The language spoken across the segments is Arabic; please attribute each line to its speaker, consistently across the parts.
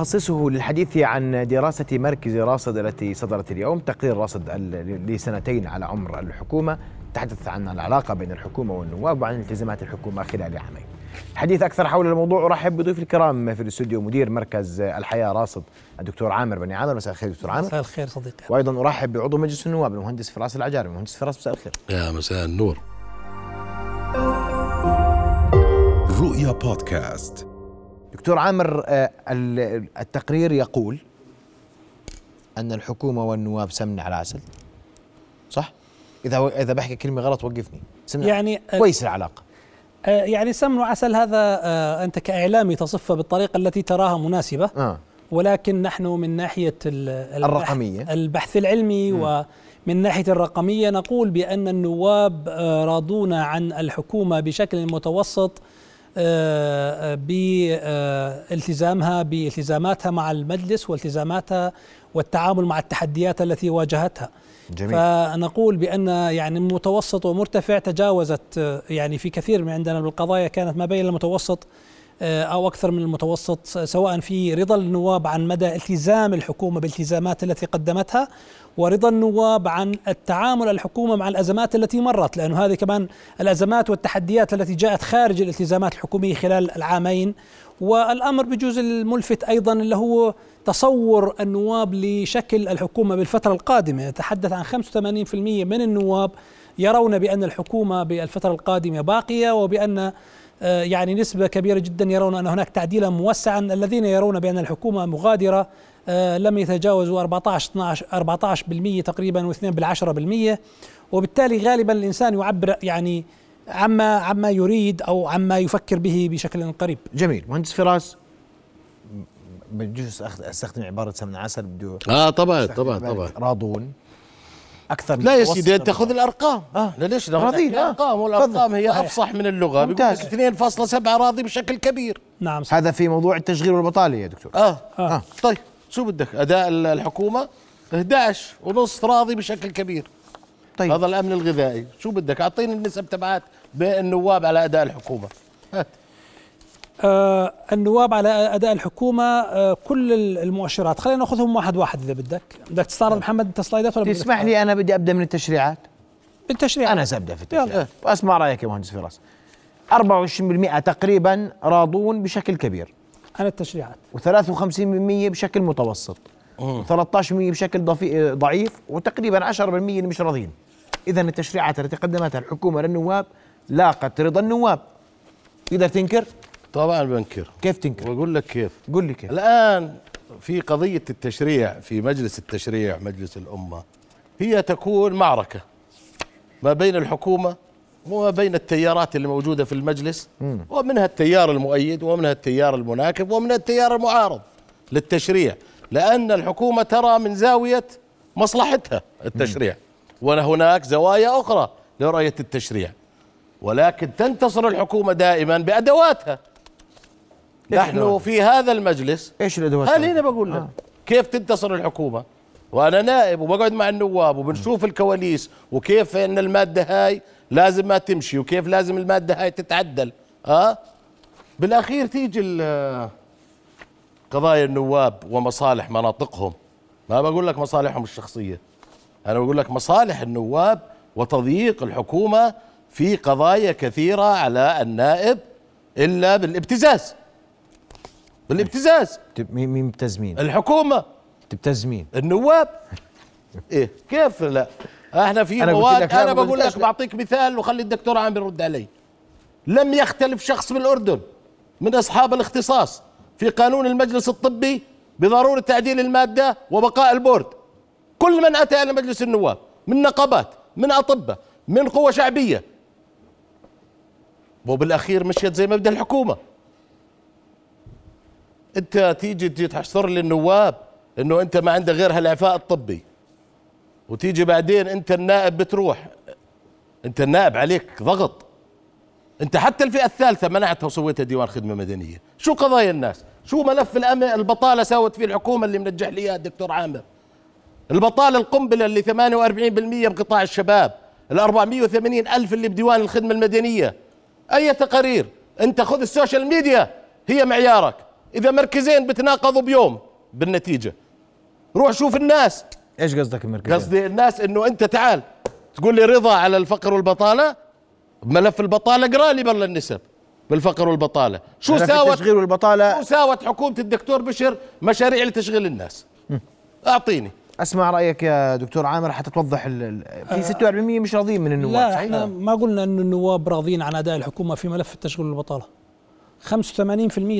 Speaker 1: نخصصه للحديث عن دراسة مركز راصد التي صدرت اليوم تقرير راصد ال- لسنتين على عمر الحكومة تحدث عن العلاقة بين الحكومة والنواب وعن التزامات الحكومة خلال عامين الحديث أكثر حول الموضوع أرحب بضيوف الكرام في الاستوديو مدير مركز الحياة راصد الدكتور عامر بني عامر مساء الخير دكتور عامر
Speaker 2: مساء الخير صديقي
Speaker 1: وأيضا أرحب بعضو مجلس النواب المهندس فراس العجاري المهندس فراس مساء الخير
Speaker 3: يا مساء النور
Speaker 4: رؤيا بودكاست
Speaker 1: دكتور عامر آه، ال- التقرير يقول أن الحكومة والنواب سمن على عسل صح؟ إذا إذا بحكي كلمة غلط وقفني سمن
Speaker 2: يعني
Speaker 1: كويس العلاقة
Speaker 2: آه، يعني سمن وعسل هذا آه، انت كاعلامي تصفه بالطريقه التي تراها مناسبه
Speaker 1: آه.
Speaker 2: ولكن نحن من ناحيه ال- البحث-
Speaker 1: الرقمية.
Speaker 2: البحث العلمي ومن ناحيه الرقميه نقول بان النواب آه، راضونا عن الحكومه بشكل متوسط آه، بالتزامها آه، بالتزاماتها مع المجلس والتزاماتها والتعامل مع التحديات التي واجهتها
Speaker 1: جميل
Speaker 2: فنقول بان يعني متوسط ومرتفع تجاوزت آه، يعني في كثير من عندنا من القضايا كانت ما بين المتوسط آه، او اكثر من المتوسط س- سواء في رضا النواب عن مدى التزام الحكومه بالتزامات التي قدمتها ورضا النواب عن التعامل الحكومه مع الازمات التي مرت لانه هذه كمان الازمات والتحديات التي جاءت خارج الالتزامات الحكوميه خلال العامين والامر بجوز الملفت ايضا اللي هو تصور النواب لشكل الحكومه بالفتره القادمه نتحدث عن 85% من النواب يرون بان الحكومه بالفتره القادمه باقيه وبان آه، يعني نسبه كبيره جدا يرون ان هناك تعديلا موسعا الذين يرون بان الحكومه مغادره آه، لم يتجاوزوا 14 12 14% تقريبا و2 بالعشرة 10% وبالتالي غالبا الانسان يعبر يعني عما عما يريد او عما يفكر به بشكل قريب
Speaker 1: جميل مهندس فراس م- بجوز أخ- استخدم عبارة سمن عسل بده
Speaker 3: اه طبعا طبعا طبعا
Speaker 1: راضون أكثر من
Speaker 3: لا يا
Speaker 1: المتوسط
Speaker 3: سيدي انت
Speaker 1: الرضا.
Speaker 3: خذ الارقام
Speaker 1: آه.
Speaker 3: لا ليش لا
Speaker 1: راضي،
Speaker 3: راضي
Speaker 1: آه.
Speaker 3: الارقام والارقام هي
Speaker 2: صحيح.
Speaker 3: افصح من اللغه
Speaker 1: ممتاز.
Speaker 3: بيقول لك 2.7 راضي بشكل كبير
Speaker 2: نعم صح.
Speaker 1: هذا في موضوع التشغيل والبطالة يا دكتور
Speaker 3: اه,
Speaker 2: آه.
Speaker 3: آه. طيب شو بدك اداء ال- الحكومه 11 ونص راضي بشكل كبير
Speaker 1: طيب
Speaker 3: طيب. هذا الامن الغذائي شو بدك اعطيني النسب تبعات النواب على اداء الحكومه هات
Speaker 2: آه النواب على اداء الحكومه آه كل ال- المؤشرات خلينا ناخذهم واحد واحد اذا بدك بدك تستعرض محمد انت سلايدات ولا بدك
Speaker 1: نعم. تسمح لي أنا بدي أبدأ من التشريعات
Speaker 2: بالتشريع
Speaker 1: انا سابدا في التشريع
Speaker 2: يلا.
Speaker 1: واسمع رايك يا مهندس فراس 24% تقريبا راضون بشكل كبير
Speaker 2: عن التشريعات
Speaker 1: و53% بشكل متوسط و13% بشكل ضفي... ضعيف وتقريبا 10% اللي مش راضيين اذا التشريعات التي قدمتها الحكومه للنواب لاقت رضا النواب تقدر تنكر
Speaker 3: طبعا بنكر
Speaker 1: كيف تنكر
Speaker 3: واقول لك كيف
Speaker 1: قول لي كيف
Speaker 3: الآن في قضية التشريع في مجلس التشريع مجلس الأمة هي تكون معركة ما بين الحكومة وما بين التيارات اللي موجودة في المجلس ومنها التيار المؤيد ومنها التيار المناكب ومنها التيار المعارض للتشريع لأن الحكومة ترى من زاوية مصلحتها التشريع وهناك زوايا أخرى لرؤية التشريع ولكن تنتصر الحكومة دائما بأدواتها
Speaker 1: إيش
Speaker 3: نحن
Speaker 1: الأدوات؟
Speaker 3: في هذا المجلس
Speaker 1: ايش الادوات
Speaker 3: هل هنا بقول لك
Speaker 1: آه.
Speaker 3: كيف تنتصر الحكومه وانا نائب وبقعد مع النواب وبنشوف الكواليس وكيف ان الماده هاي لازم ما تمشي وكيف لازم الماده هاي تتعدل اه بالاخير تيجي ال- قضايا النواب ومصالح مناطقهم ما بقول لك مصالحهم الشخصيه انا بقول لك مصالح النواب وتضييق الحكومه في قضايا كثيره على النائب الا بالابتزاز بالابتزاز
Speaker 1: تب- مين مين بتز مين
Speaker 3: الحكومه
Speaker 1: بتبتز مين
Speaker 3: النواب ايه كيف لا احنا في
Speaker 1: إيه. أنا قلت
Speaker 3: مواد
Speaker 1: لك لا،
Speaker 3: انا
Speaker 1: ما
Speaker 3: بقول
Speaker 1: قلتش
Speaker 3: لك
Speaker 1: لا.
Speaker 3: بعطيك مثال وخلي الدكتور عامر يرد علي لم يختلف شخص من الاردن من اصحاب الاختصاص في قانون المجلس الطبي بضروره تعديل الماده وبقاء البورد كل من اتى الى مجلس النواب من نقابات من اطباء من قوى شعبيه وبالاخير مشيت زي ما بدها الحكومه انت تيجي تجي تحصر لي النواب انه انت ما عندك غير هالعفاء الطبي وتيجي بعدين انت النائب بتروح انت النائب عليك ضغط انت حتى الفئه الثالثه منعتها وسويتها ديوان خدمه مدنيه شو قضايا الناس شو ملف الأم... البطاله ساوت فيه الحكومه اللي منجح لي اياه الدكتور عامر البطاله القنبله اللي 48% بقطاع الشباب ال 480 الف اللي بديوان الخدمه المدنيه اي تقارير انت خذ السوشيال ميديا هي معيارك اذا مركزين بتناقضوا بيوم بالنتيجه روح شوف الناس
Speaker 1: ايش قصدك المركزين؟
Speaker 3: قصدي الناس انه انت تعال تقول لي رضا على الفقر والبطاله ملف البطاله اقرا لي بالله النسب بالفقر والبطاله شو
Speaker 1: أنا في
Speaker 3: ساوت
Speaker 1: التشغيل والبطاله
Speaker 3: شو ساوت حكومه الدكتور بشر مشاريع لتشغيل الناس اعطيني
Speaker 1: اسمع رايك يا دكتور عامر حتى توضح ال- ال- في 46% مش راضيين من النواب
Speaker 2: آه، لا
Speaker 1: صحيح؟
Speaker 2: احنا ما قلنا انه النواب راضين عن اداء الحكومه في ملف التشغيل والبطاله 85%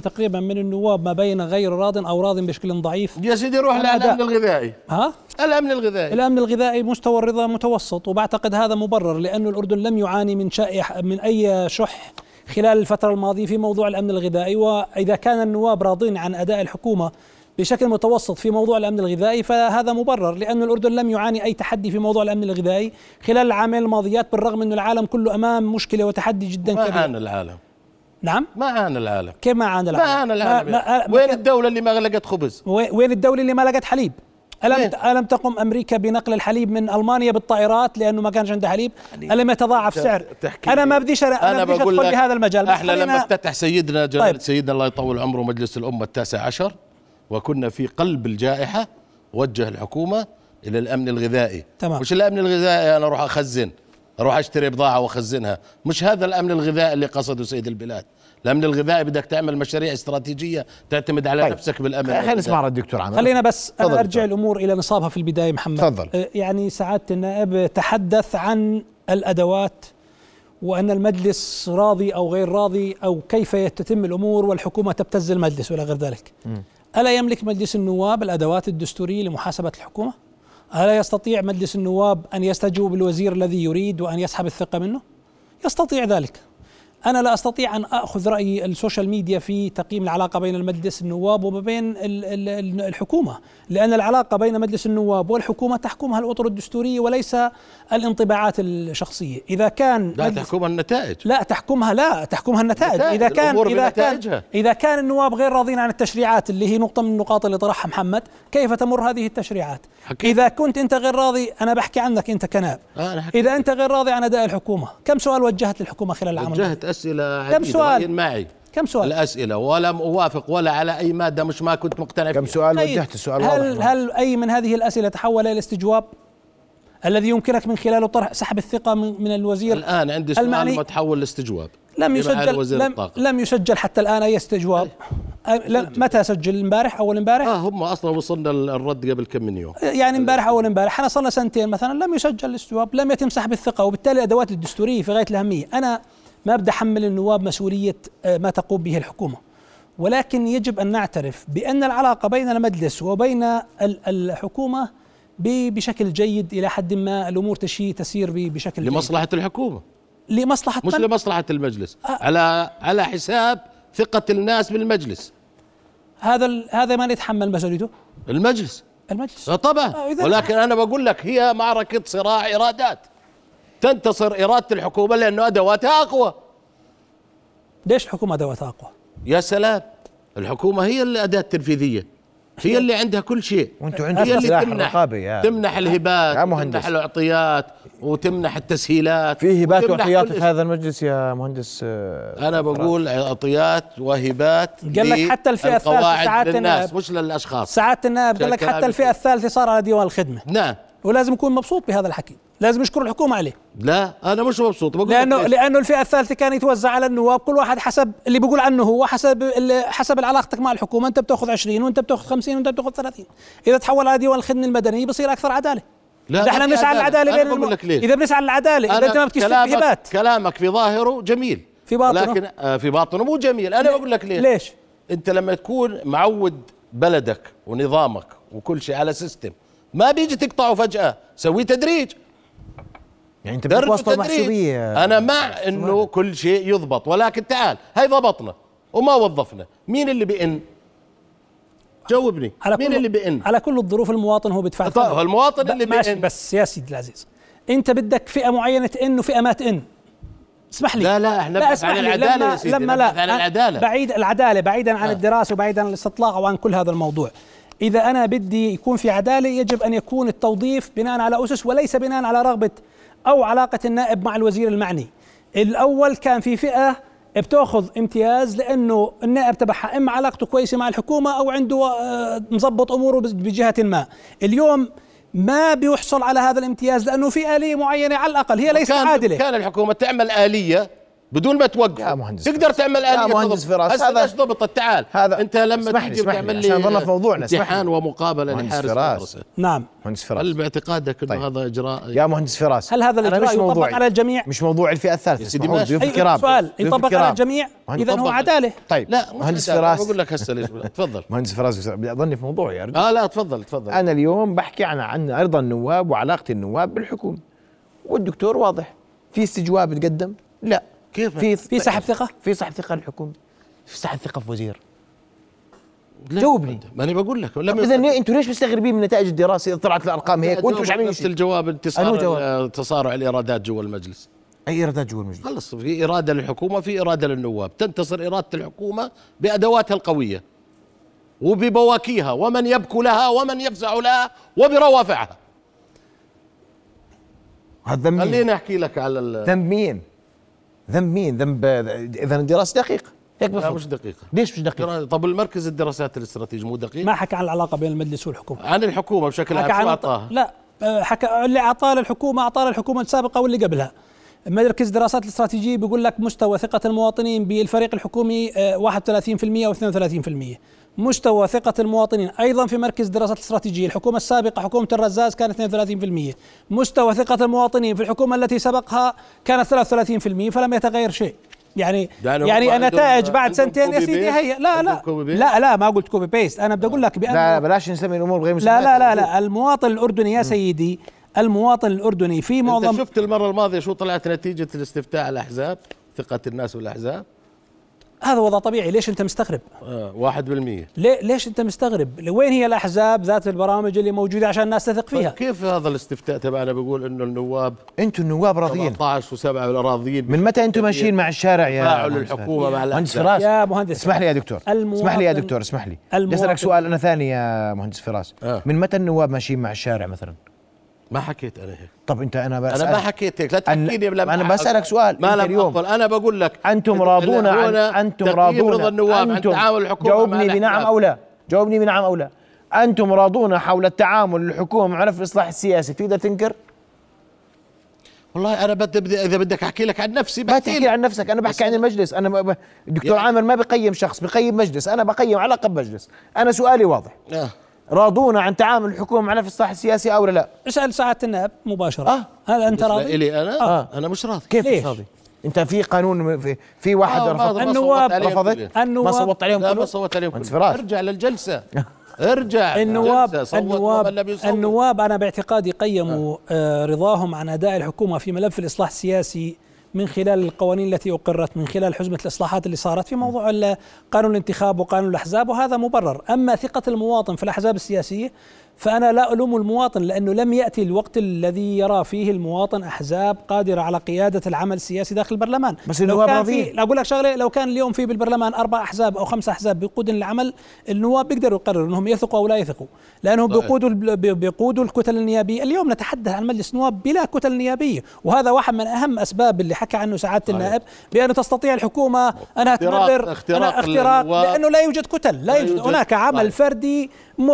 Speaker 2: تقريبا من النواب ما بين غير راض او راض بشكل ضعيف
Speaker 3: يا سيدي روح
Speaker 2: أنا
Speaker 3: للامن
Speaker 2: لا.
Speaker 3: الغذائي
Speaker 2: ها
Speaker 3: الامن الغذائي
Speaker 2: الامن الغذائي مستوى الرضا متوسط وبعتقد هذا مبرر لأن الاردن لم يعاني من شائح من اي شح خلال الفتره الماضيه في موضوع الامن الغذائي واذا كان النواب راضين عن اداء الحكومه بشكل متوسط في موضوع الامن الغذائي فهذا مبرر لأن الاردن لم يعاني اي تحدي في موضوع الامن الغذائي خلال العامين الماضيات بالرغم انه العالم كله امام مشكله وتحدي جدا
Speaker 3: ما
Speaker 2: كبير
Speaker 3: عانى العالم
Speaker 2: نعم
Speaker 3: ما عانى العالم
Speaker 2: كيف ما عانى
Speaker 3: ما
Speaker 2: العالم
Speaker 3: عانى العالم يعني.
Speaker 2: ما- ما-
Speaker 3: وين الدوله اللي ما غلقت خبز
Speaker 2: وي- وين الدولة اللي ما لقت حليب؟ ألم
Speaker 3: وين؟
Speaker 2: ألم تقم أمريكا بنقل الحليب من ألمانيا بالطائرات لأنه ما كانش عندها حليب؟ ألم يتضاعف
Speaker 3: أنت
Speaker 2: سعر؟
Speaker 3: يعني تحكي
Speaker 2: أنا
Speaker 3: لي.
Speaker 2: ما بديش أنا, أنا بديش أدخل لهذا المجال بس
Speaker 3: احنا لما
Speaker 2: خلينا-
Speaker 3: افتتح سيدنا جلال
Speaker 2: طيب.
Speaker 3: طيب. سيدنا الله يطول عمره مجلس الامه التاسع عشر وكنا في قلب الجائحه وجه الحكومه الى الامن الغذائي
Speaker 2: تمام.
Speaker 3: مش الامن الغذائي انا اروح اخزن اروح اشتري بضاعه واخزنها مش هذا الامن الغذائي اللي قصده سيد البلاد الامن الغذائي بدك تعمل مشاريع استراتيجيه تعتمد على طيب. نفسك بالامن
Speaker 1: خلينا
Speaker 3: الغذائي.
Speaker 1: نسمع رأي الدكتور عامر
Speaker 2: خلينا بس
Speaker 1: تفضل
Speaker 2: أنا أرجع
Speaker 1: دكتور.
Speaker 2: الأمور إلى نصابها في البداية محمد
Speaker 1: تفضل.
Speaker 2: آه، يعني سعادة النائب تحدث عن الأدوات وأن المجلس راضي أو غير راضي أو كيف يتتم الأمور والحكومة تبتز المجلس ولا غير ذلك ألا يملك مجلس النواب الأدوات الدستورية لمحاسبة الحكومة؟ ألا يستطيع مجلس النواب أن يستجوب الوزير الذي يريد وأن يسحب الثقة منه؟ يستطيع ذلك أنا لا أستطيع أن أخذ رأي السوشيال ميديا في تقييم العلاقة بين المجلس النواب وما بين ال- ال- ال- الحكومة لأن العلاقة بين مجلس النواب والحكومة تحكمها الأطر الدستورية وليس الانطباعات الشخصية إذا كان
Speaker 3: لا
Speaker 2: مجلس-
Speaker 3: تحكم النتائج
Speaker 2: لا تحكمها لا تحكمها النتائج
Speaker 3: النتائج،
Speaker 2: اذا كان
Speaker 3: الأمور
Speaker 2: اذا كان
Speaker 3: بنتائجها.
Speaker 2: اذا كان النواب غير راضين عن التشريعات اللي هي نقطه من النقاط اللي طرحها محمد كيف تمر هذه التشريعات
Speaker 3: حكيت.
Speaker 2: اذا كنت انت غير راضي انا بحكي عنك انت كنائب
Speaker 3: آه، أنا حكيت.
Speaker 2: اذا انت غير راضي عن اداء الحكومه كم سؤال وجهت للحكومه خلال العام الماضي؟
Speaker 3: وجهت اسئله عديده
Speaker 2: سؤال؟
Speaker 3: رأي معي
Speaker 2: كم سؤال
Speaker 3: الاسئله ولا اوافق ولا على اي ماده مش ما كنت مقتنع
Speaker 1: كم
Speaker 3: فيها.
Speaker 1: سؤال
Speaker 2: طيب،
Speaker 1: وجهت السؤال
Speaker 2: هل
Speaker 1: واضح
Speaker 2: هل اي من هذه الاسئله تحول الى استجواب الذي يمكنك من خلاله طرح سحب الثقه من من الوزير
Speaker 3: الان عندي سؤال
Speaker 2: المعني-
Speaker 3: متحول لاستجواب
Speaker 2: لم
Speaker 3: اللي معاه
Speaker 2: يسجل
Speaker 3: وزير طيب.
Speaker 2: لم,
Speaker 3: الطاقه
Speaker 2: لم يسجل حتى الان اي استجواب أه، لم- متى سجل امبارح اول امبارح
Speaker 3: اه هم اصلا وصلنا الرد قبل كم من يوم
Speaker 2: يعني امبارح اول امبارح احنا صار لنا سنتين مثلا لم يسجل الاستجواب لم يتم سحب الثقه وبالتالي الادوات الدستوريه في غايه الاهميه انا ما بدي احمل النواب مسؤوليه آه، ما تقوم به الحكومه ولكن يجب ان نعترف بان العلاقه بين المجلس وبين ال- الحكومه ب- بشكل جيد الى حد ما الامور تشي تسير ب- بشكل جيد
Speaker 3: لمصلحه الحكومه
Speaker 2: لمصلحه
Speaker 3: مش
Speaker 2: من؟
Speaker 3: لمصلحه المجلس
Speaker 2: آه.
Speaker 3: على على حساب ثقه الناس بالمجلس
Speaker 2: هذا ال- هذا من يتحمل مسؤوليته
Speaker 3: المجلس
Speaker 2: المجلس
Speaker 3: آه طبعا
Speaker 2: آه، إذا-
Speaker 3: ولكن انا بقول لك هي معركه صراع ارادات تنتصر اراده الحكومه لانه ادواتها اقوى
Speaker 2: ليش الحكومه ادواتها اقوى
Speaker 3: يا سلام الحكومه هي الاداه التنفيذيه هي اللي عندها كل شيء
Speaker 1: وانتم
Speaker 3: هي
Speaker 1: عندكم
Speaker 3: اللي
Speaker 1: سلاح
Speaker 3: تمنح
Speaker 1: رقابي يا
Speaker 3: تمنح الهبات
Speaker 1: يا مهندس.
Speaker 3: تمنح الاعطيات وتمنح التسهيلات
Speaker 1: في هبات
Speaker 3: وتمنح
Speaker 1: واعطيات
Speaker 3: كل
Speaker 1: في
Speaker 3: شيء.
Speaker 1: هذا المجلس يا مهندس آه،
Speaker 3: انا بقول اعطيات وهبات
Speaker 2: قال لك حتى الفئة الثالثة
Speaker 3: للقواعد
Speaker 2: ساعات
Speaker 3: للناس
Speaker 2: النائب.
Speaker 3: مش للاشخاص
Speaker 2: ساعات النائب قال لك حتى الفئه الثالثه صار على ديوان الخدمه
Speaker 3: نعم
Speaker 2: ولازم يكون مبسوط بهذا الحكي لازم يشكر الحكومه عليه
Speaker 3: لا انا مش مبسوط بقول لك
Speaker 2: لانه
Speaker 3: ليش.
Speaker 2: لانه الفئه الثالثه كان يتوزع على النواب كل واحد حسب اللي بيقول عنه هو حسب ال- حسب علاقتك مع الحكومه انت بتاخذ 20 وانت بتاخذ 50 وانت بتاخذ 30 اذا تحول على ديوان الخدمه المدنيه بصير اكثر عداله
Speaker 3: لا
Speaker 2: احنا
Speaker 3: ما في
Speaker 2: بنسعى للعداله
Speaker 3: أنا
Speaker 2: بين
Speaker 3: بقول
Speaker 2: الم-
Speaker 3: لك ليش
Speaker 2: اذا بنسعى للعداله اذا
Speaker 3: أنا
Speaker 2: انت ما بتكشف
Speaker 3: كلامك-
Speaker 2: هبات
Speaker 3: كلامك في ظاهره جميل
Speaker 2: في باطنه.
Speaker 3: لكن آه، في باطنه مو جميل انا بقول لك ليش
Speaker 2: ليش؟
Speaker 3: انت لما تكون معود بلدك ونظامك وكل شيء على سيستم ما بيجي تقطعه فجاه سوي تدريج
Speaker 1: يعني انت بدك
Speaker 3: درجه
Speaker 1: واسطه
Speaker 3: تدريج
Speaker 1: محسوبيه
Speaker 3: انا مع انه كل شيء يضبط ولكن تعال هاي ضبطنا وما وظفنا مين اللي بئن جاوبني
Speaker 2: على
Speaker 3: مين
Speaker 2: كل
Speaker 3: اللي بئن
Speaker 2: على كل الظروف المواطن هو بيدفع
Speaker 3: طيب
Speaker 2: الثمن.
Speaker 3: المواطن
Speaker 2: ب-
Speaker 3: اللي
Speaker 2: ماشي
Speaker 3: بئن.
Speaker 2: بس يا سيدي العزيز انت بدك فئه معينه تئن وفئه ما تئن اسمح لي
Speaker 3: لا لا احنا بنبحث
Speaker 2: اسمح
Speaker 3: عن
Speaker 2: لي.
Speaker 3: العداله
Speaker 2: لما
Speaker 3: يا سيدي
Speaker 2: لما
Speaker 3: بنبحث
Speaker 2: لا
Speaker 3: عن العداله
Speaker 2: بعيد العداله بعيدا عن
Speaker 3: آه.
Speaker 2: الدراسه وبعيدا عن الاستطلاع وعن كل هذا الموضوع اذا انا بدي يكون في عداله يجب ان يكون التوظيف بناء على اسس وليس بناء على رغبه او علاقه النائب مع الوزير المعني الاول كان في فئه بتاخذ امتياز لانه النائب تبعها اما علاقته كويسه مع الحكومه او عنده آه، مزبط اموره بز- بجهه ما اليوم ما بيحصل على هذا الامتياز لانه في اليه معينه على الاقل هي ليست
Speaker 3: كان
Speaker 2: عادله
Speaker 3: كان الحكومه تعمل اليه بدون ما توقف
Speaker 1: يا مهندس
Speaker 3: تقدر تعمل اليه
Speaker 1: يا مهندس
Speaker 3: تضبط.
Speaker 1: فراس،
Speaker 3: هسه
Speaker 1: هذا-
Speaker 3: ليش ضبطت تعال
Speaker 1: هذا-
Speaker 3: انت لما
Speaker 1: اسمح لي-
Speaker 3: تيجي
Speaker 1: اسمح لي،
Speaker 3: بتعمل لي
Speaker 1: عشان ظلنا في موضوعنا، اسمح
Speaker 3: امتحان
Speaker 1: لي.
Speaker 3: ومقابله
Speaker 1: مهندس
Speaker 3: لحارس
Speaker 1: فراس.
Speaker 3: المدرسه
Speaker 2: نعم
Speaker 1: مهندس
Speaker 3: هل
Speaker 1: فراس
Speaker 3: باعتقادك انه
Speaker 1: طيب.
Speaker 3: هذا اجراء
Speaker 1: يا مهندس فراس
Speaker 2: هل هذا
Speaker 1: أنا
Speaker 2: الإجراء
Speaker 1: مش
Speaker 2: يطبق
Speaker 1: موضوعي.
Speaker 2: على الجميع؟
Speaker 1: مش موضوعي الفئه الثالثه
Speaker 3: سيدي
Speaker 1: اسمحوا لي،
Speaker 3: ماشي.
Speaker 1: ضيوف
Speaker 3: أي
Speaker 1: الكرام
Speaker 2: طيب، سؤال
Speaker 1: ضيوف
Speaker 2: يطبق على
Speaker 1: الكرام.
Speaker 2: الجميع
Speaker 1: مهندس-
Speaker 2: اذا هو
Speaker 3: طبق.
Speaker 2: عداله
Speaker 1: طيب
Speaker 3: لا مش
Speaker 1: مهندس
Speaker 3: عدالة.
Speaker 1: فراس
Speaker 3: بقول لك هسه ليش تفضل
Speaker 1: مهندس فراس اظني في موضوعي يا رجل
Speaker 3: اه لا تفضل تفضل
Speaker 1: انا اليوم بحكي عن عن رضا النواب وعلاقه النواب بالحكومه والدكتور واضح في استجواب تقدم لا
Speaker 3: كيف
Speaker 1: في
Speaker 2: في سحب ثقه
Speaker 1: في سحب ثقه للحكومه طيب. في سحب ثقه في وزير جاوبني.
Speaker 3: ماني بقول لك لم
Speaker 1: اذا
Speaker 3: يقدم.
Speaker 1: انتم ليش مستغربين من نتائج الدراسه اذا طلعت الارقام هيك وانتم إيه، مش عاملين
Speaker 3: نفس
Speaker 1: شيء
Speaker 3: الجواب
Speaker 1: أنو جواب؟
Speaker 3: انتصار تصارع الايرادات جوا المجلس
Speaker 1: اي ايرادات جوا المجلس
Speaker 3: خلص في اراده للحكومه في اراده للنواب تنتصر اراده الحكومه بادواتها القويه وببواكيها ومن يبكو لها ومن يفزع لها وبروافعها
Speaker 1: هذا ذنب مين؟
Speaker 3: خليني احكي لك على ال-
Speaker 1: ذنب مين؟ ذنب مين؟ ذنب اذا الدراسه دقيقه هيك
Speaker 3: لا
Speaker 1: بفهم
Speaker 3: مش دقيقه
Speaker 1: ليش مش دقيقه؟
Speaker 3: طب المركز الدراسات الاستراتيجي مو دقيق
Speaker 2: ما حكى عن العلاقه بين المجلس والحكومه
Speaker 3: عن الحكومه بشكل عام
Speaker 2: حكى
Speaker 3: شو
Speaker 2: عن
Speaker 3: اعطاها
Speaker 2: لا آه، حكى اللي اعطاه للحكومه اعطاه للحكومه السابقه واللي قبلها مركز دراسات الاستراتيجيه بيقول لك مستوى ثقه المواطنين بالفريق الحكومي آه، 31% و32% مستوى ثقة المواطنين أيضا في مركز دراسات الاستراتيجية الحكومة السابقة حكومة الرزاز كانت 32% مستوى ثقة المواطنين في الحكومة التي سبقها كانت 33% فلم يتغير شيء يعني
Speaker 3: يعني هم
Speaker 2: يعني
Speaker 3: عندهم-
Speaker 2: النتائج بعد
Speaker 3: عندهم
Speaker 2: سنتين يا
Speaker 3: كوبي
Speaker 2: سيدي
Speaker 3: بيست؟
Speaker 2: هي لا
Speaker 3: عندهم
Speaker 2: لا
Speaker 3: كوبي بيست؟
Speaker 2: لا لا ما قلت كوبي بيست أنا بدي أقول لك بأن
Speaker 1: لا لا بلاش نسمي الامور غير
Speaker 2: لا
Speaker 1: مسميات.
Speaker 2: لا لا لا المواطن الاردني يا سيدي المواطن الاردني في
Speaker 3: انت
Speaker 2: معظم
Speaker 3: شفت المره الماضيه شو طلعت نتيجه الاستفتاء على الاحزاب ثقه الناس والاحزاب
Speaker 2: هذا وضع طبيعي ليش انت مستغرب
Speaker 3: آه واحد بالمية
Speaker 2: ليه ليش انت مستغرب وين هي الاحزاب ذات البرامج اللي موجوده عشان الناس تثق فيها
Speaker 3: طيب،
Speaker 1: طيب،
Speaker 3: كيف هذا الاستفتاء تبعنا بيقول انه النواب
Speaker 1: انتم النواب راضيين
Speaker 3: 17 و7 راضيين
Speaker 1: من متى انتم ماشيين مع الشارع يا
Speaker 3: تفاعل
Speaker 1: مهندس فراس؟
Speaker 3: الحكومه مع
Speaker 1: مهندس
Speaker 3: الاحزاب
Speaker 1: فراس
Speaker 2: يا مهندس
Speaker 1: اسمح لي يا دكتور
Speaker 2: المواطن-
Speaker 1: اسمح لي يا دكتور اسمح لي بدي
Speaker 2: المواطن-
Speaker 1: اسالك سؤال انا ثاني يا مهندس فراس
Speaker 3: آه.
Speaker 1: من متى النواب ماشيين مع الشارع مثلا
Speaker 3: ما حكيت انا هيك
Speaker 1: طب انت انا بسألك
Speaker 3: انا ما حكيت هيك لا تحكيني
Speaker 1: أن-
Speaker 3: لما
Speaker 1: أنا
Speaker 3: أحقق.
Speaker 1: بسألك سؤال،
Speaker 3: ما
Speaker 1: أنت
Speaker 3: لم
Speaker 1: اليوم-
Speaker 3: اليوم انا بقول لك
Speaker 1: انتم
Speaker 3: أنت-
Speaker 1: راضون عن
Speaker 3: رضا-
Speaker 1: انتم
Speaker 3: تقييم
Speaker 1: راضون
Speaker 3: رضا النواب عن
Speaker 1: أنتم
Speaker 3: تعامل الحكومه مع
Speaker 1: جاوبني بنعم
Speaker 3: الأحزاب.
Speaker 1: او لا جاوبني بنعم او لا انتم راضون حول التعامل الحكومه مع رفع الاصلاح السياسي تقدر تنكر
Speaker 3: والله انا بدي بدي- اذا بدك احكي لك عن نفسي
Speaker 1: ما
Speaker 3: بحكي
Speaker 1: تحكي
Speaker 3: لك
Speaker 1: عن نفسك انا بحكي عن المجلس انا ما- ما- الدكتور
Speaker 3: يعني-
Speaker 1: عامر ما بقيم شخص بقيم مجلس انا بقيم علاقه بمجلس انا سؤالي واضح
Speaker 3: آه.
Speaker 1: راضون عن تعامل الحكومه مع رفع الاصلاح السياسي او لا لا
Speaker 2: اسال ساعه النائب مباشره
Speaker 1: آه.
Speaker 2: هل انت راضي
Speaker 3: الي انا
Speaker 1: آه.
Speaker 3: انا مش راضي
Speaker 1: كيف
Speaker 2: ليش؟
Speaker 1: مش راضي انت في قانون في, في واحد
Speaker 3: آه،
Speaker 1: رفض
Speaker 3: ما
Speaker 2: النواب
Speaker 3: صوت عليهم
Speaker 1: رفضت؟
Speaker 3: كلهم.
Speaker 1: ما
Speaker 2: النواب
Speaker 1: صوت عليهم
Speaker 3: لا ما
Speaker 1: كلهم
Speaker 3: صوت عليهم
Speaker 1: مهندس
Speaker 3: كلهم.
Speaker 1: فراس.
Speaker 3: ارجع للجلسه ارجع
Speaker 2: النواب
Speaker 3: للجلسة. صوت ومن لم
Speaker 2: النواب
Speaker 3: يصوت. نعم.
Speaker 2: النواب انا باعتقادي قيموا آه، رضاهم عن اداء الحكومه في ملف الاصلاح السياسي من خلال القوانين التي اقرت من خلال حزمه الاصلاحات اللي صارت في موضوع ال- قانون الانتخاب وقانون الاحزاب وهذا مبرر اما ثقه المواطن في الاحزاب السياسيه فانا لا الوم المواطن لانه لم ياتي الوقت الذي يرى فيه المواطن احزاب قادره على قياده العمل السياسي داخل البرلمان
Speaker 1: بس
Speaker 2: لو
Speaker 1: النواب
Speaker 2: كان
Speaker 1: راضيين.
Speaker 2: في اقول لك شغله لو كان اليوم في بالبرلمان اربع احزاب او خمس احزاب بيقودن العمل النواب بيقدروا يقرروا انهم يثقوا او لا يثقوا لانهم
Speaker 3: صحيح.
Speaker 2: بيقودوا الب- بي- بيقودوا الكتل النيابيه اليوم نتحدث عن مجلس نواب بلا كتل نيابيه وهذا واحد من اهم اسباب اللي حكى عنه سعاده النائب بانه تستطيع الحكومه انها
Speaker 3: اختراق-
Speaker 2: تمرر
Speaker 3: اختراق
Speaker 2: أنا- اختراق
Speaker 3: النواب.
Speaker 2: لانه لا يوجد كتل لا يوجد
Speaker 3: يوجد.
Speaker 2: هناك عمل
Speaker 3: صحيح.
Speaker 2: فردي م-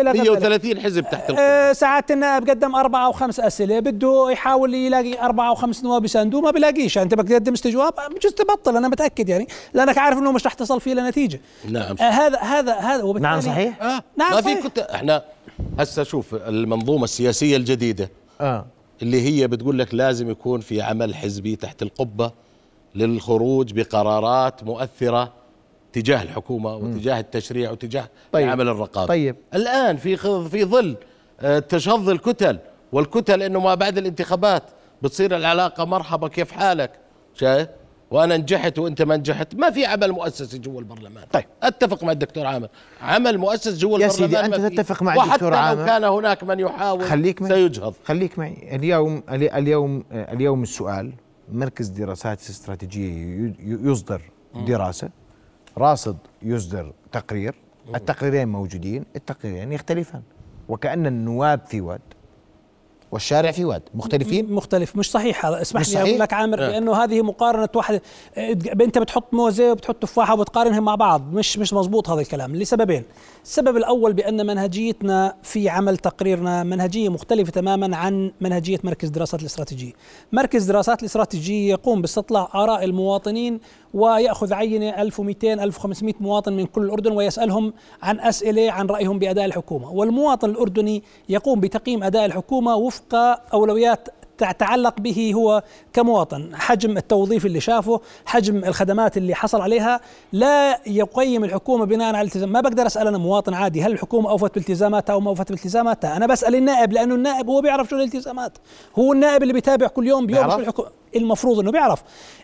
Speaker 2: الى غير ذلك.
Speaker 3: 130 حزب تحت القبة
Speaker 2: آه، ساعات النائب قدم أربعة أو خمس أسئلة بده يحاول يلاقي أربعة أو خمس نواب يساندوه ما بلاقيش يعني أنت بدك تقدم استجواب بجوز تبطل أنا متأكد يعني لأنك عارف أنه مش رح تصل فيه لنتيجة
Speaker 3: نعم.
Speaker 2: آه، هذا هذا هذا وبالتالي
Speaker 1: نعم صحيح
Speaker 3: آه.
Speaker 2: نعم
Speaker 3: ما
Speaker 2: صحيح.
Speaker 3: في كت... احنا هسه شوف المنظومه السياسيه الجديده
Speaker 1: اه
Speaker 3: اللي هي بتقول لك لازم يكون في عمل حزبي تحت القبه للخروج بقرارات مؤثره تجاه الحكومه وتجاه التشريع وتجاه
Speaker 1: طيب.
Speaker 3: طيب. العمل الرقابي
Speaker 1: طيب.
Speaker 3: الان في خ- في ظل آه، تشظ الكتل والكتل انه ما بعد الانتخابات بتصير العلاقه مرحبا كيف حالك شايف وانا نجحت وانت ما نجحت ما في عمل مؤسسي جوا البرلمان
Speaker 1: طيب.
Speaker 3: اتفق مع الدكتور عامر عمل مؤسس جوا
Speaker 1: يا سيدي،
Speaker 3: البرلمان ما
Speaker 1: أنت
Speaker 3: في.
Speaker 1: تتفق مع
Speaker 3: وحتى
Speaker 1: الدكتور
Speaker 3: لو
Speaker 1: عامر.
Speaker 3: كان هناك من يحاول
Speaker 1: خليك معي
Speaker 3: سيجهض
Speaker 1: خليك معي اليوم الي- اليوم آه، اليوم السؤال مركز دراسات استراتيجيه ي- ي- يصدر دراسه راصد يصدر تقرير التقريرين موجودين التقريرين يختلفان وكأن النواب في واد
Speaker 3: والشارع في واد مختلفين
Speaker 2: مختلف مش صحيح هذا اسمح
Speaker 3: مش
Speaker 2: لي اقول
Speaker 3: صحيح؟
Speaker 2: لك عامر
Speaker 3: آه.
Speaker 2: لانه هذه مقارنه واحد آه، انت بتحط موزه وبتحط تفاحه وبتقارنهم مع بعض مش مش مزبوط هذا الكلام لسببين السبب الاول بان منهجيتنا في عمل تقريرنا منهجيه مختلفه تماما عن منهجيه مركز دراسات الاستراتيجيه مركز دراسات الاستراتيجيه يقوم باستطلاع اراء المواطنين وياخذ عينه 1200 1500 مواطن من كل الاردن ويسالهم عن اسئله عن رايهم باداء الحكومه والمواطن الاردني يقوم بتقييم اداء الحكومه وفق اولويات تع- تعلق به هو كمواطن حجم التوظيف اللي شافه حجم الخدمات اللي حصل عليها لا يقيم الحكومة بناء على الالتزام ما بقدر أسأل أنا مواطن عادي هل الحكومة أوفت بالتزاماتها أو ما أوفت بالتزاماتها أنا بسأل النائب لأنه النائب هو بيعرف شو الالتزامات هو النائب اللي بيتابع كل يوم بيوم
Speaker 3: بيعرف؟
Speaker 2: شو الحكومة المفروض انه بيعرف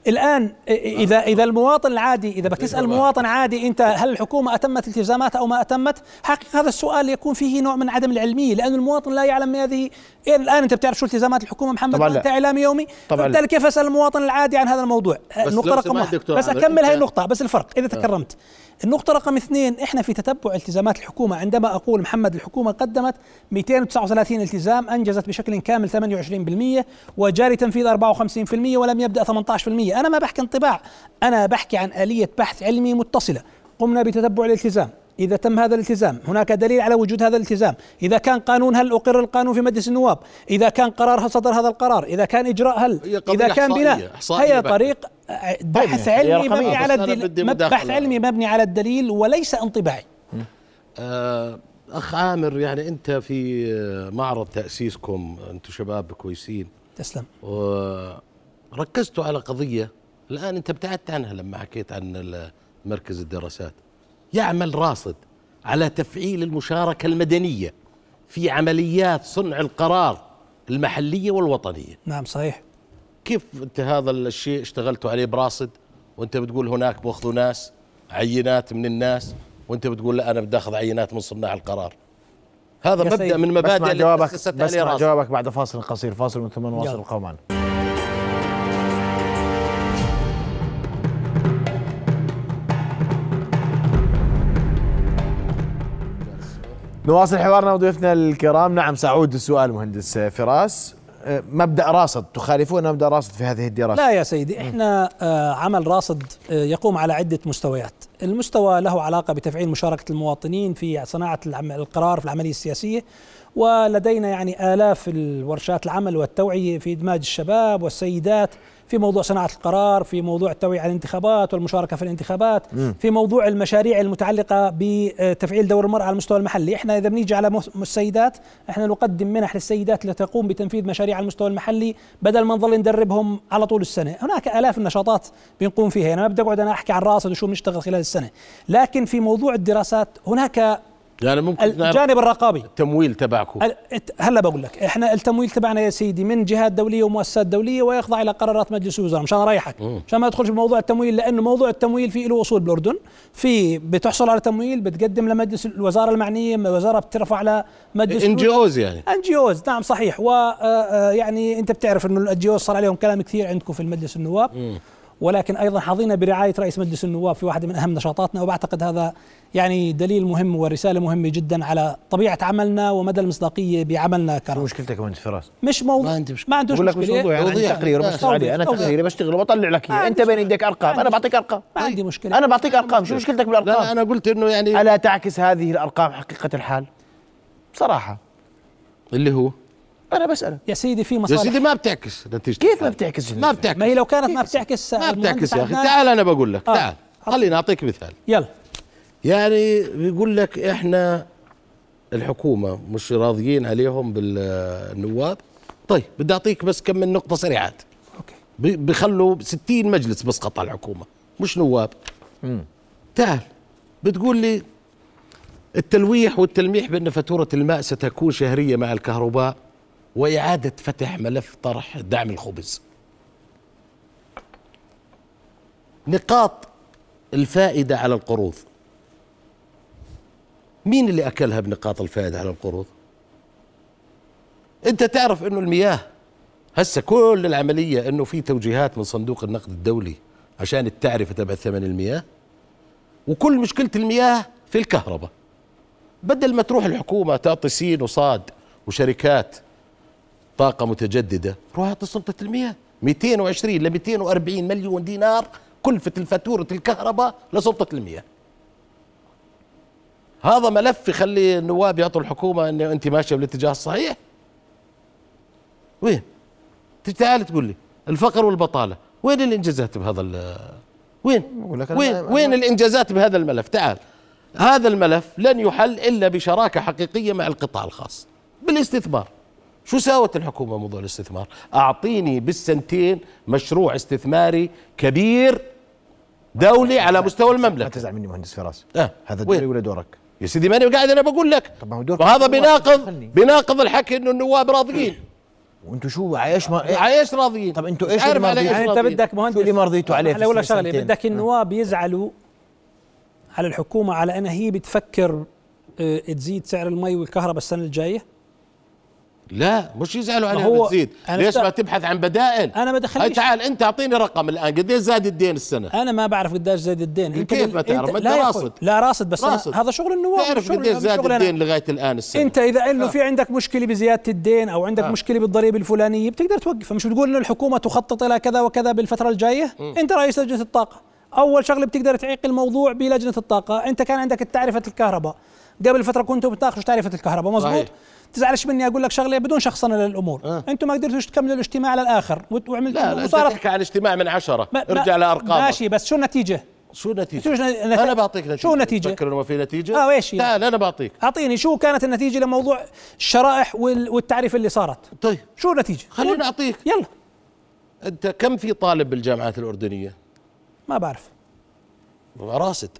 Speaker 2: الان إ- اذا اذا المواطن العادي اذا بتسال مواطن عادي انت هل الحكومه اتمت التزاماتها او ما اتمت حقيقه هذا السؤال يكون فيه نوع من عدم العلميه لان المواطن لا يعلم ما هذه إيه الان انت بتعرف شو التزامات الحكومه محمد
Speaker 1: طبعاً
Speaker 2: وأنت
Speaker 1: لا.
Speaker 2: اعلامي يومي
Speaker 1: طبعاً لا.
Speaker 2: فبالتالي كيف اسال المواطن العادي عن هذا الموضوع
Speaker 3: بس
Speaker 2: النقطه
Speaker 3: لو
Speaker 2: رقم
Speaker 3: سمحت
Speaker 2: واحد
Speaker 3: دكتور
Speaker 2: بس
Speaker 3: عامر،
Speaker 2: اكمل
Speaker 3: أنت- آه.
Speaker 2: هاي النقطه بس الفرق اذا تكرمت النقطه رقم اثنين احنا في تتبع التزامات الحكومه عندما اقول محمد الحكومه قدمت 239 التزام انجزت بشكل كامل 28% وجاري تنفيذ 54% ولم يبدا 18% انا ما بحكي انطباع انا بحكي عن اليه بحث علمي متصله قمنا بتتبع الالتزام إذا تم هذا الالتزام هناك دليل على وجود هذا الالتزام إذا كان قانون هل أقر القانون في مجلس النواب إذا كان قرار هل صدر هذا القرار إذا كان إجراء هل
Speaker 3: هي قضية
Speaker 2: إذا كان
Speaker 3: إحصائية،
Speaker 2: بناء
Speaker 3: إحصائية
Speaker 2: هي
Speaker 3: بحتة.
Speaker 2: طريق آه، بحث
Speaker 3: هي
Speaker 2: علمي
Speaker 3: رقمية،
Speaker 2: مبني
Speaker 3: بس
Speaker 2: على
Speaker 3: أنا بدي
Speaker 2: الدليل
Speaker 3: مداخلة.
Speaker 2: بحث علمي مبني على الدليل وليس انطباعي
Speaker 3: آه اخ عامر يعني انت في آه، معرض تاسيسكم انتم شباب كويسين
Speaker 2: تسلم
Speaker 3: وركزتوا على قضية الآن أنت ابتعدت عنها لما حكيت عن ال- مركز الدراسات يعمل راصد على تفعيل المشاركة المدنية في عمليات صنع القرار المحلية والوطنية
Speaker 2: نعم صحيح
Speaker 3: كيف أنت هذا الشيء اشتغلتوا عليه براصد وأنت بتقول هناك بأخذوا ناس عينات من الناس وأنت بتقول لا أنا بدي أخذ عينات من صناع القرار هذا
Speaker 2: يا
Speaker 3: مبدأ
Speaker 2: سيد،
Speaker 3: من مبادئ
Speaker 1: بسمع
Speaker 3: اللي
Speaker 1: جوابك
Speaker 3: أسست عليه
Speaker 1: بسمع
Speaker 3: راصد
Speaker 1: جوابك بعد فاصل قصير فاصل ومن ثم نواصل
Speaker 2: يلا.
Speaker 1: القوة معنا نواصل حوارنا وضيوفنا الكرام نعم سأعود السؤال مهندس فراس أه، مبدأ راصد تخالفون مبدأ راصد في هذه الدراسة
Speaker 2: لا يا سيدي احنا آه، عمل راصد آه، يقوم على عده مستويات، المستوى له علاقه بتفعيل مشاركه المواطنين في صناعه العم- القرار في العمليه السياسيه ولدينا يعني الاف الورشات العمل والتوعيه في ادماج الشباب والسيدات في موضوع صناعه القرار، في موضوع التوعيه على الانتخابات والمشاركه في الانتخابات، في موضوع المشاريع المتعلقه بتفعيل دور المراه على المستوى المحلي، احنا اذا بنيجي على مس- السيدات احنا نقدم منح للسيدات لتقوم بتنفيذ مشاريع على المستوى المحلي بدل ما نظل ندربهم على طول السنه، هناك الاف النشاطات بنقوم فيها، يعني ما بدي اقعد انا احكي عن راصد وشو بنشتغل خلال السنه، لكن في موضوع الدراسات هناك
Speaker 3: يعني ممكن نعرف
Speaker 2: الجانب الرقابي
Speaker 3: التمويل تبعكم
Speaker 2: ال- ات- هلا بقول لك احنا التمويل تبعنا يا سيدي من جهات دوليه ومؤسسات دوليه ويخضع الى قرارات مجلس الوزراء مشان اريحك مشان ما ادخلش بموضوع التمويل لانه موضوع التمويل في له اصول بالاردن في بتحصل على تمويل بتقدم لمجلس الوزاره المعنيه الوزاره بترفع لمجلس
Speaker 3: ان جي اوز يعني
Speaker 2: ان جي اوز نعم صحيح و آه، آه، يعني انت بتعرف انه الان جي اوز صار عليهم كلام كثير عندكم في المجلس النواب ولكن ايضا حظينا برعايه رئيس مجلس النواب في واحده من اهم نشاطاتنا وبعتقد هذا يعني دليل مهم ورساله مهمه جدا على طبيعه عملنا ومدى المصداقيه بعملنا
Speaker 1: شو
Speaker 2: كرم
Speaker 1: مشكلتك يا مهندس فراس؟
Speaker 2: مش موضوع
Speaker 3: ما عندي مشكلة.
Speaker 2: ما عندوش
Speaker 1: بقول لك مش
Speaker 2: مشكله
Speaker 1: موضوع يعني عندي
Speaker 3: توضيح.
Speaker 1: تقرير
Speaker 3: لا،
Speaker 1: بشتغل عليه انا
Speaker 2: توضيح.
Speaker 1: تقريري بشتغله وبطلع لك
Speaker 2: ما
Speaker 1: إياه. انت
Speaker 2: عنديش
Speaker 1: بين ايديك ارقام انا بعطيك ارقام
Speaker 2: ما عندي مشكله
Speaker 1: انا بعطيك ارقام شو مشكلتك بالارقام؟
Speaker 3: لا انا قلت انه يعني
Speaker 1: الا تعكس هذه الارقام حقيقه الحال؟ بصراحه
Speaker 3: اللي هو
Speaker 1: انا بسالك
Speaker 2: يا سيدي في
Speaker 3: يا
Speaker 2: مصالح
Speaker 3: سيدي ما بتعكس نتيجه
Speaker 1: كيف ما
Speaker 3: الحال.
Speaker 1: بتعكس
Speaker 3: ما
Speaker 1: النتيجة؟
Speaker 2: ما هي
Speaker 3: بتعكس
Speaker 2: لو كانت ما بتعكس
Speaker 3: ما بتعكس يا اخي
Speaker 2: المهندس
Speaker 3: تعال انا بقول لك
Speaker 2: آه.
Speaker 3: تعال خليني اعطيك مثال
Speaker 2: يلا
Speaker 3: يعني بيقول لك احنا الحكومه مش راضيين عليهم بالنواب طيب بدي اعطيك بس كم من نقطه سريعات
Speaker 2: اوكي
Speaker 3: بي- بيخلوا 60 مجلس بسقط على الحكومه مش نواب تعال بتقول لي التلويح والتلميح بان فاتوره الماء ستكون شهريه مع الكهرباء واعاده فتح ملف طرح دعم الخبز نقاط الفائده على القروض مين اللي اكلها بنقاط الفائده على القروض انت تعرف انه المياه هسه كل العملية انه في توجيهات من صندوق النقد الدولي عشان التعرفة تبع ثمن المياه وكل مشكلة المياه في الكهرباء بدل ما تروح الحكومة تعطي سين وصاد وشركات طاقه متجدده روح اعطي سلطه المياه 220 ل 240 مليون دينار كلفه الفاتوره الكهرباء لسلطه المياه هذا ملف يخلي النواب يعطوا الحكومه انه انت ماشيه بالاتجاه الصحيح وين تجي تعال تقول لي الفقر والبطاله وين الانجازات بهذا ال- وين
Speaker 1: أقول لك أنا
Speaker 3: وين
Speaker 1: ما- ما-
Speaker 3: وين الانجازات بهذا الملف تعال هذا الملف لن يحل الا بشراكه حقيقيه مع القطاع الخاص بالاستثمار شو ساوت الحكومه موضوع الاستثمار اعطيني بالسنتين مشروع استثماري كبير دولي على
Speaker 1: لا
Speaker 3: مستوى المملكه
Speaker 1: تزعل مني مهندس فراس
Speaker 3: آه،
Speaker 1: هذا
Speaker 3: وين؟
Speaker 1: دوري ولا دورك؟
Speaker 3: يا سيدي ماني قاعد انا بقول لك
Speaker 1: طب ما هو دورك
Speaker 3: وهذا
Speaker 1: النواب
Speaker 3: بيناقض
Speaker 1: تدخلني.
Speaker 3: بيناقض الحكي انه النواب راضيين
Speaker 1: وانتوا شو عايش ما إيه؟
Speaker 3: على ايش راضيين
Speaker 1: طب أنتوا
Speaker 3: مش
Speaker 1: إيش
Speaker 3: عارف
Speaker 1: اللي
Speaker 3: على
Speaker 1: راضيين؟
Speaker 3: ايش
Speaker 2: يعني انت
Speaker 3: راضيين.
Speaker 2: بدك مهندس
Speaker 1: شو اللي مرضيتوا عليه في
Speaker 2: على ولا
Speaker 1: السنة
Speaker 2: شغله
Speaker 1: سنتين؟
Speaker 2: بدك
Speaker 3: نعم.
Speaker 2: النواب يزعلوا على الحكومه على انها هي بتفكر آه، تزيد سعر المي والكهرباء السنه الجايه
Speaker 3: لا مش يزعلوا
Speaker 2: ما
Speaker 3: عليها
Speaker 2: هو-
Speaker 3: بتزيد
Speaker 2: أنا
Speaker 3: ليش
Speaker 2: بت-
Speaker 3: ما تبحث عن بدائل
Speaker 2: أنا ما
Speaker 3: هاي
Speaker 2: دخلنيش.
Speaker 3: تعال انت اعطيني رقم الان قديش زاد الدين السنه
Speaker 2: انا ما بعرف قديش زاد الدين
Speaker 3: كيف
Speaker 2: بال-
Speaker 3: ما تعرف؟ ما أنت
Speaker 2: لا يا
Speaker 3: راصد.
Speaker 2: أخوي، لا راصد بس
Speaker 3: راصد.
Speaker 2: أنا هذا شغل النواب
Speaker 3: تعرف
Speaker 2: شغل-
Speaker 3: قديش
Speaker 2: مش
Speaker 3: زاد
Speaker 2: شغل أنا.
Speaker 3: الدين لغايه الان السنه
Speaker 2: انت اذا
Speaker 3: آه.
Speaker 2: انه في عندك مشكله بزياده الدين او عندك مشكله بالضريبه الفلانيه بتقدر توقفها مش بتقول انه الحكومه تخطط الى كذا وكذا بالفتره الجايه انت رئيس لجنه الطاقه اول شغله بتقدر تعيق الموضوع بلجنه الطاقه انت كان عندك تعرفه الكهرباء قبل فتره كنتوا بتناقشوا تعرفه الكهرباء مزبوط
Speaker 3: صحيح.
Speaker 2: تزعلش مني اقول لك شغله بدون شخصنه للامور
Speaker 3: آه.
Speaker 2: انتم ما قدرتوش تكملوا الاجتماع للاخر وت- وعملتوا
Speaker 3: لا لا انت تحكي عن اجتماع من عشرة
Speaker 2: ما- ما-
Speaker 3: ارجع لارقامك
Speaker 2: ماشي بس شو النتيجه
Speaker 3: شو النتيجه؟
Speaker 2: شو نت-
Speaker 3: انا بعطيك نتيجه
Speaker 2: شو النتيجة؟
Speaker 3: تفكر انه ما في نتيجه؟
Speaker 2: آه، وإيش هي؟
Speaker 3: تعال انا بعطيك
Speaker 2: اعطيني شو كانت النتيجه لموضوع الشرائح وال- والتعريف اللي صارت
Speaker 3: طيب
Speaker 2: شو النتيجه
Speaker 3: خليني اعطيك
Speaker 2: يلا
Speaker 3: انت كم في طالب بالجامعات الاردنيه؟
Speaker 2: ما بعرف
Speaker 3: راسد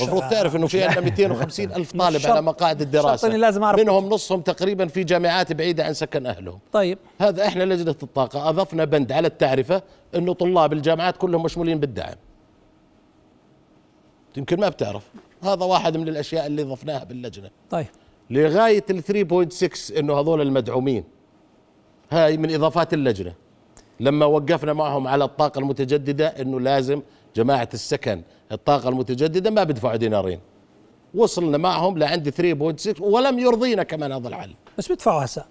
Speaker 3: المفروض
Speaker 2: شا-
Speaker 3: تعرف انه في عندنا 250 الف طالب
Speaker 2: شرط-
Speaker 3: على مقاعد
Speaker 2: شرط
Speaker 3: الدراسه
Speaker 2: إني لازم أعرف.
Speaker 3: منهم نصهم تقريبا في جامعات بعيده عن سكن اهلهم
Speaker 2: طيب
Speaker 3: هذا احنا لجنه الطاقه اضفنا بند على التعرفه انه طلاب الجامعات كلهم مشمولين بالدعم يمكن ما بتعرف هذا واحد من الاشياء اللي ضفناها باللجنه
Speaker 2: طيب
Speaker 3: لغايه ال 3.6 انه هذول المدعومين هاي من اضافات اللجنه لما وقفنا معهم على الطاقه المتجدده انه لازم جماعه السكن الطاقه المتجدده ما بدفعوا دينارين وصلنا معهم لعند 3.6 ولم يرضينا كمان هذا الحل
Speaker 2: بس بيدفعوا هسا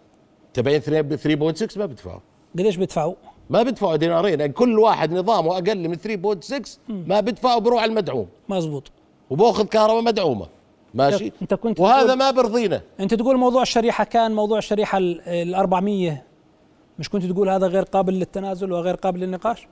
Speaker 3: تبعين 3.6 ما بدفعوا
Speaker 2: قديش بيدفعوا؟
Speaker 3: ما بدفعوا دينارين يعني كل واحد نظامه اقل من 3.6 ما بدفعوا بروح على المدعوم
Speaker 2: مزبوط
Speaker 3: وباخذ كهرباء مدعومه ماشي
Speaker 2: طيب، أنت كنت
Speaker 3: وهذا
Speaker 2: تقول-
Speaker 3: ما برضينا
Speaker 2: انت تقول موضوع الشريحه كان موضوع الشريحه ال- ال 400 مش كنت تقول هذا غير قابل للتنازل وغير قابل للنقاش؟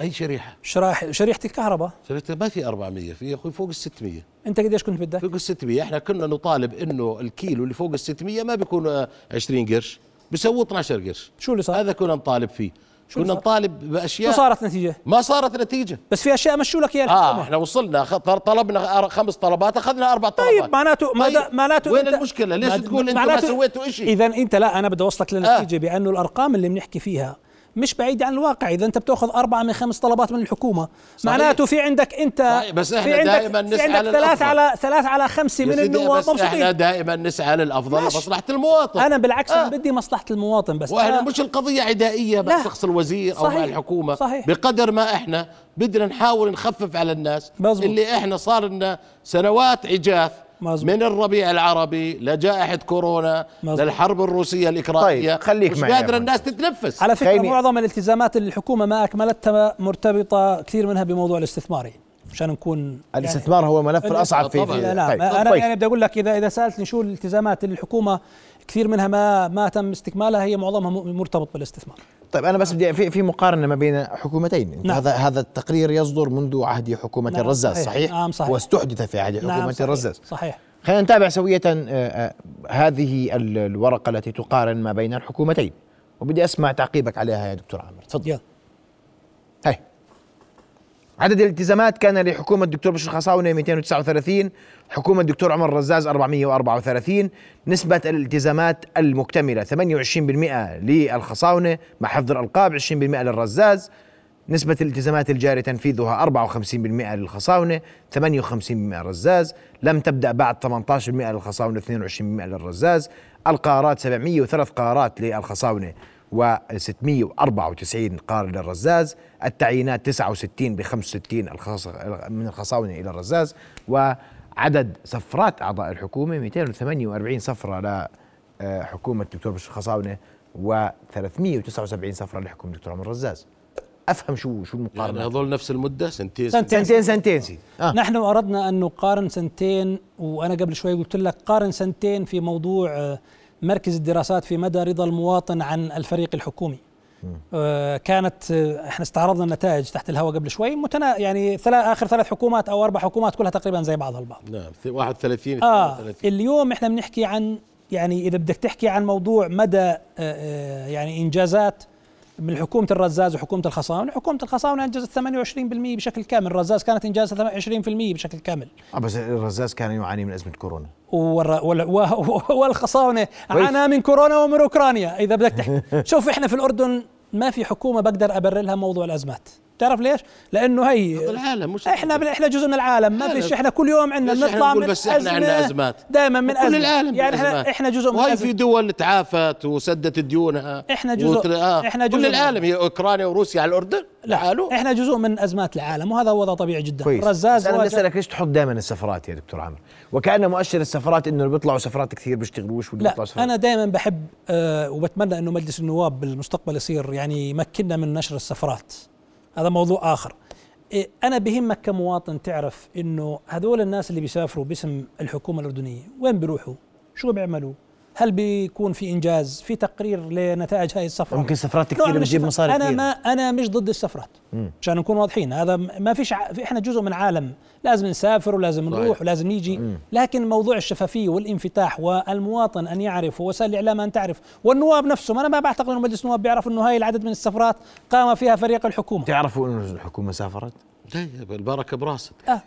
Speaker 3: اي شريحه
Speaker 2: شرائح شريحه الكهرباء
Speaker 3: شريحه ما في 400 في يا اخوي فوق ال 600
Speaker 2: انت قديش كنت بدك؟
Speaker 3: فوق ال 600 احنا كنا نطالب انه الكيلو اللي فوق ال 600 ما بيكون آه، 20 قرش بيسووا 12 قرش
Speaker 2: شو اللي صار؟
Speaker 3: هذا كنا نطالب فيه
Speaker 2: شو اللي
Speaker 3: كنا
Speaker 2: صار؟
Speaker 3: نطالب
Speaker 2: شو
Speaker 3: باشياء
Speaker 2: صارت النتيجه؟
Speaker 3: ما صارت نتيجه
Speaker 2: بس في اشياء مشوا لك اياها
Speaker 3: اه
Speaker 2: الحكومة.
Speaker 3: احنا وصلنا خ- طل- طلبنا أر- خمس طلبات اخذنا اربع طلبات
Speaker 2: طيب معناته ما
Speaker 3: طيب،
Speaker 2: دا- معناته
Speaker 3: وين المشكلة؟ ليش تقول أنتوا ما سويتوا إشي؟ آه.
Speaker 2: اذا انت لا انا بدي اوصلك للنتيجه بانه الارقام اللي بنحكي فيها مش بعيد عن الواقع اذا انت بتاخذ أربعة من خمس طلبات من الحكومه
Speaker 3: صحيح.
Speaker 2: معناته في عندك انت
Speaker 3: صحيح، بس إحنا
Speaker 2: في عندك
Speaker 3: دائماً
Speaker 2: في
Speaker 3: نسعى
Speaker 2: عندك ثلاث
Speaker 3: للأفضل.
Speaker 2: على ثلاث على خمسة
Speaker 3: يا
Speaker 2: من
Speaker 3: سيدي،
Speaker 2: النواب
Speaker 3: بس احنا
Speaker 2: مبسوطين
Speaker 3: دائما نسعى للافضل
Speaker 2: ماشي.
Speaker 3: لمصلحه المواطن
Speaker 2: انا بالعكس
Speaker 3: آه.
Speaker 2: أنا بدي مصلحه المواطن بس
Speaker 3: واحنا
Speaker 2: أنا
Speaker 3: مش القضيه عدائيه مع
Speaker 2: آه. لا.
Speaker 3: شخص الوزير او مع
Speaker 2: صحيح.
Speaker 3: الحكومه
Speaker 2: صحيح.
Speaker 3: بقدر ما احنا بدنا نحاول نخفف على الناس
Speaker 2: مزبوط.
Speaker 3: اللي احنا صار لنا سنوات عجاف
Speaker 2: مزبوط.
Speaker 3: من الربيع العربي لجائحه كورونا
Speaker 2: مزبوط.
Speaker 3: للحرب الروسيه الاكرانيه
Speaker 1: طيب، خليك
Speaker 3: مش
Speaker 1: معي يا
Speaker 3: قادره
Speaker 1: أبو
Speaker 3: الناس تتنفس
Speaker 2: على فكره
Speaker 1: خليني-
Speaker 2: معظم الالتزامات اللي الحكومه ما اكملتها مرتبطه كثير منها بموضوع الاستثماري عشان نكون يعني-
Speaker 1: الاستثمار هو ملف الاصعب في
Speaker 3: طبعاً.
Speaker 1: في-
Speaker 2: إيه، لا لا
Speaker 1: طيب،
Speaker 2: ما انا
Speaker 1: كويس.
Speaker 2: يعني بدي اقول لك اذا اذا سالتني شو الالتزامات اللي الحكومه كثير منها ما ما تم استكمالها هي معظمها م- مرتبط بالاستثمار
Speaker 1: طيب انا بس بدي في في مقارنه ما بين حكومتين نعم.
Speaker 2: نعم.
Speaker 1: هذا هذا التقرير يصدر منذ عهد حكومه
Speaker 2: نعم،
Speaker 1: الرزاز
Speaker 2: صحيح.
Speaker 1: صحيح نعم،
Speaker 2: نعم، صحيح.
Speaker 1: واستحدث في عهد حكومه
Speaker 2: نعم، صحيح.
Speaker 1: الرزاز
Speaker 2: صحيح
Speaker 1: خلينا نتابع سويه آه، آه، هذه ال- الورقه التي تقارن ما بين الحكومتين وبدي اسمع تعقيبك عليها يا دكتور عامر تفضل
Speaker 2: يلا
Speaker 1: هاي عدد الالتزامات كان لحكومة الدكتور بشر خصاونة 239 حكومة الدكتور عمر الرزاز 434 نسبة الالتزامات المكتملة 28% للخصاونة مع حفظ الألقاب 20% للرزاز نسبة الالتزامات الجاري تنفيذها 54% للخصاونة 58% للرزاز لم تبدأ بعد 18% للخصاونة 22% للرزاز القرارات 703 قرارات للخصاونة و694 قرار للرزاز التعيينات 69 ب 65 الخاص من الخصاونة إلى الرزاز وعدد آه، سفرات أعضاء الحكومة 248 سفرة لحكومة الدكتور بشر الخصاونة و379 سفره لحكم دكتور عمر رزاز افهم شو شو
Speaker 3: يعني
Speaker 1: المقارنه
Speaker 3: هذول نفس المده سنتين
Speaker 2: سنتين.
Speaker 1: سنتين سنتين سيدي آه.
Speaker 2: نحن أردنا أن نقارن سنتين وأنا قبل شوي قلت لك قارن سنتين في موضوع آه، مركز الدراسات في مدى رضا المواطن عن الفريق الحكومي آه، كانت آه، احنا استعرضنا النتائج تحت الهواء قبل شوي متنا يعني ثلاث اخر ثلاث حكومات او اربع حكومات كلها تقريبا زي بعضها البعض
Speaker 3: نعم 31
Speaker 2: اه
Speaker 3: 32.
Speaker 2: اليوم احنا بنحكي عن يعني اذا بدك تحكي عن موضوع مدى آه، آه، يعني انجازات من حكومه الرزاز وحكومه الخصاونه، حكومه الخصاونه انجزت 28% بشكل كامل، الرزاز كانت انجازها 20% بشكل كامل.
Speaker 1: آه بس الرزاز كان يعاني من ازمه كورونا
Speaker 2: والر- وال- و- والخصاونه عانى من كورونا ومن اوكرانيا اذا بدك تحكي شوف احنا في الاردن ما في حكومه بقدر ابرر لها موضوع الازمات تعرف ليش لانه هي
Speaker 3: العالم مش
Speaker 2: احنا بال- احنا جزء من العالم ما
Speaker 3: عالم.
Speaker 2: فيش احنا كل يوم عندنا
Speaker 3: ليش إحنا
Speaker 2: نطلع
Speaker 3: نقول
Speaker 2: من
Speaker 3: بس إحنا عندنا أزمات؟
Speaker 2: دائما من
Speaker 3: كل
Speaker 2: ازمه
Speaker 3: العالم
Speaker 2: يعني احنا
Speaker 3: بالأزمات.
Speaker 2: احنا جزء من
Speaker 3: وهي في
Speaker 2: الازمه
Speaker 3: دول تعافت وسدت ديونها
Speaker 2: إحنا جزء-
Speaker 3: آه.
Speaker 2: إحنا جزء
Speaker 3: كل
Speaker 2: من-
Speaker 3: العالم هي اوكرانيا وروسيا على الاردن لحاله
Speaker 2: احنا جزء من ازمات العالم وهذا وضع طبيعي جدا
Speaker 1: كويس
Speaker 2: الرزاز
Speaker 1: بس انا
Speaker 2: واجه-
Speaker 1: بسالك ليش تحط دائما السفرات يا دكتور عامر وكان مؤشر السفرات انه اللي بيطلعوا سفرات كثير بيشتغلوش واللي
Speaker 2: لا
Speaker 1: بيطلعوا سفرات
Speaker 2: انا دائما بحب آه وبتمنى انه مجلس النواب بالمستقبل يصير يعني يمكننا من نشر السفرات هذا موضوع اخر إيه، انا بهمك كمواطن تعرف انه هذول الناس اللي بيسافروا باسم الحكومه الاردنيه وين بيروحوا شو بيعملوا هل بيكون في انجاز في تقرير لنتائج هاي السفره
Speaker 1: ممكن سفرات
Speaker 2: نوع
Speaker 1: كثير
Speaker 2: من
Speaker 1: بتجيب
Speaker 2: السفر.
Speaker 1: مصاري
Speaker 2: انا
Speaker 1: كثير.
Speaker 2: ما انا مش ضد السفرات عشان نكون واضحين هذا م- ما فيش ع... في احنا جزء من عالم لازم نسافر ولازم
Speaker 3: صحيح.
Speaker 2: نروح ولازم نيجي لكن موضوع الشفافيه والانفتاح والمواطن ان يعرف ووسائل الاعلام ان تعرف والنواب نفسهم انا ما بعتقد انه مجلس النواب بيعرف انه هاي العدد من السفرات قام فيها فريق الحكومه
Speaker 1: تعرفوا انه الحكومه سافرت
Speaker 3: طيب البركه براسك
Speaker 2: آه.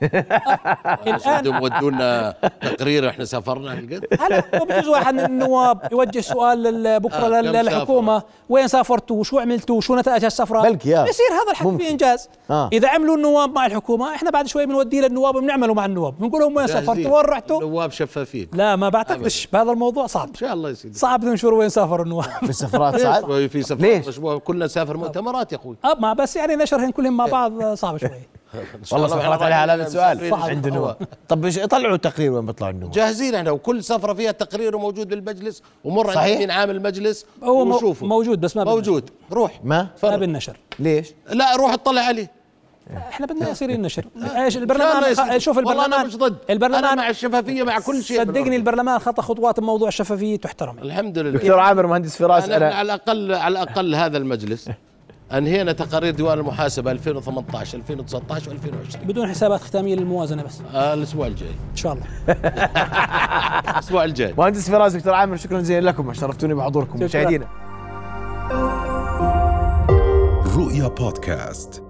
Speaker 2: الان
Speaker 3: بدهم يودونا تقرير احنا سافرنا هالقد
Speaker 2: هلا بجوز واحد من النواب يوجه سؤال لل- بكره
Speaker 3: آه،
Speaker 2: لل-
Speaker 3: كم
Speaker 2: للحكومه وين سافرتوا وشو عملتوا وشو نتائج هالسفره
Speaker 1: بلكي، آه.
Speaker 2: يصير هذا الحكي
Speaker 1: ممكن.
Speaker 2: في انجاز
Speaker 1: آه.
Speaker 2: اذا عملوا النواب مع الحكومه احنا بعد شوي بنوديه للنواب وبنعمله مع النواب بنقول لهم وين
Speaker 3: جاهزين.
Speaker 2: سافرتوا وين رحتوا
Speaker 3: النواب شفافين
Speaker 2: لا ما بعتقدش بهذا الموضوع صعب
Speaker 3: ان شاء الله يصير
Speaker 2: صعب تنشروا وين سافر النواب
Speaker 1: في السفرات سعد
Speaker 3: في
Speaker 1: ليش؟
Speaker 3: سفر مشبوه كلنا سافر مؤتمرات يا اخوي
Speaker 2: اه ما بس يعني نشرهم كلهم مع
Speaker 3: إيه.
Speaker 2: بعض آه، صعب شوي
Speaker 3: إن شاء
Speaker 1: والله
Speaker 3: الله
Speaker 1: سفرات يعني
Speaker 3: إحنا
Speaker 1: عليها علامه
Speaker 3: رايحين
Speaker 1: سؤال
Speaker 3: مسافرين
Speaker 1: صح عند
Speaker 3: الهواء.
Speaker 1: النواب طب إيش- طلعوا تقرير وين بيطلع النواب
Speaker 3: جاهزين احنا وكل سفره فيها تقرير وموجود بالمجلس ومر عند
Speaker 1: صحيح.
Speaker 3: امين عام المجلس
Speaker 2: هو مو-
Speaker 3: وشوفه.
Speaker 2: موجود بس ما بدنا.
Speaker 3: موجود روح
Speaker 1: ما؟
Speaker 2: ما
Speaker 3: تفرج.
Speaker 2: بالنشر
Speaker 1: ليش؟
Speaker 3: لا روح اطلع عليه
Speaker 2: احنا بدنا يصير النشر ايش
Speaker 3: إيه. إن شاء الله
Speaker 2: البرلمان
Speaker 3: يصير.
Speaker 2: خ- شوف
Speaker 3: والله
Speaker 2: البرلمان
Speaker 3: انا مش ضد انا
Speaker 2: البرلمان
Speaker 3: مع الشفافيه مع كل شيء
Speaker 2: صدقني
Speaker 3: بالأردن.
Speaker 2: البرلمان خطا خطوات بموضوع الشفافيه تحترم
Speaker 3: الحمد لله
Speaker 1: دكتور عامر مهندس فراس
Speaker 3: أنا أنا
Speaker 1: انا
Speaker 3: على الاقل على الاقل هذا المجلس انهينا تقارير ديوان المحاسبه 2018 2019 و2020
Speaker 2: بدون حسابات ختاميه للموازنه بس ان
Speaker 3: آه الاسبوع الجاي
Speaker 2: شاء الله
Speaker 3: الاسبوع الجاي
Speaker 1: مهندس فراس دكتور عامر شكرا جزيلا لكم شرفتوني بحضوركم مشاهدينا
Speaker 4: رؤيا بودكاست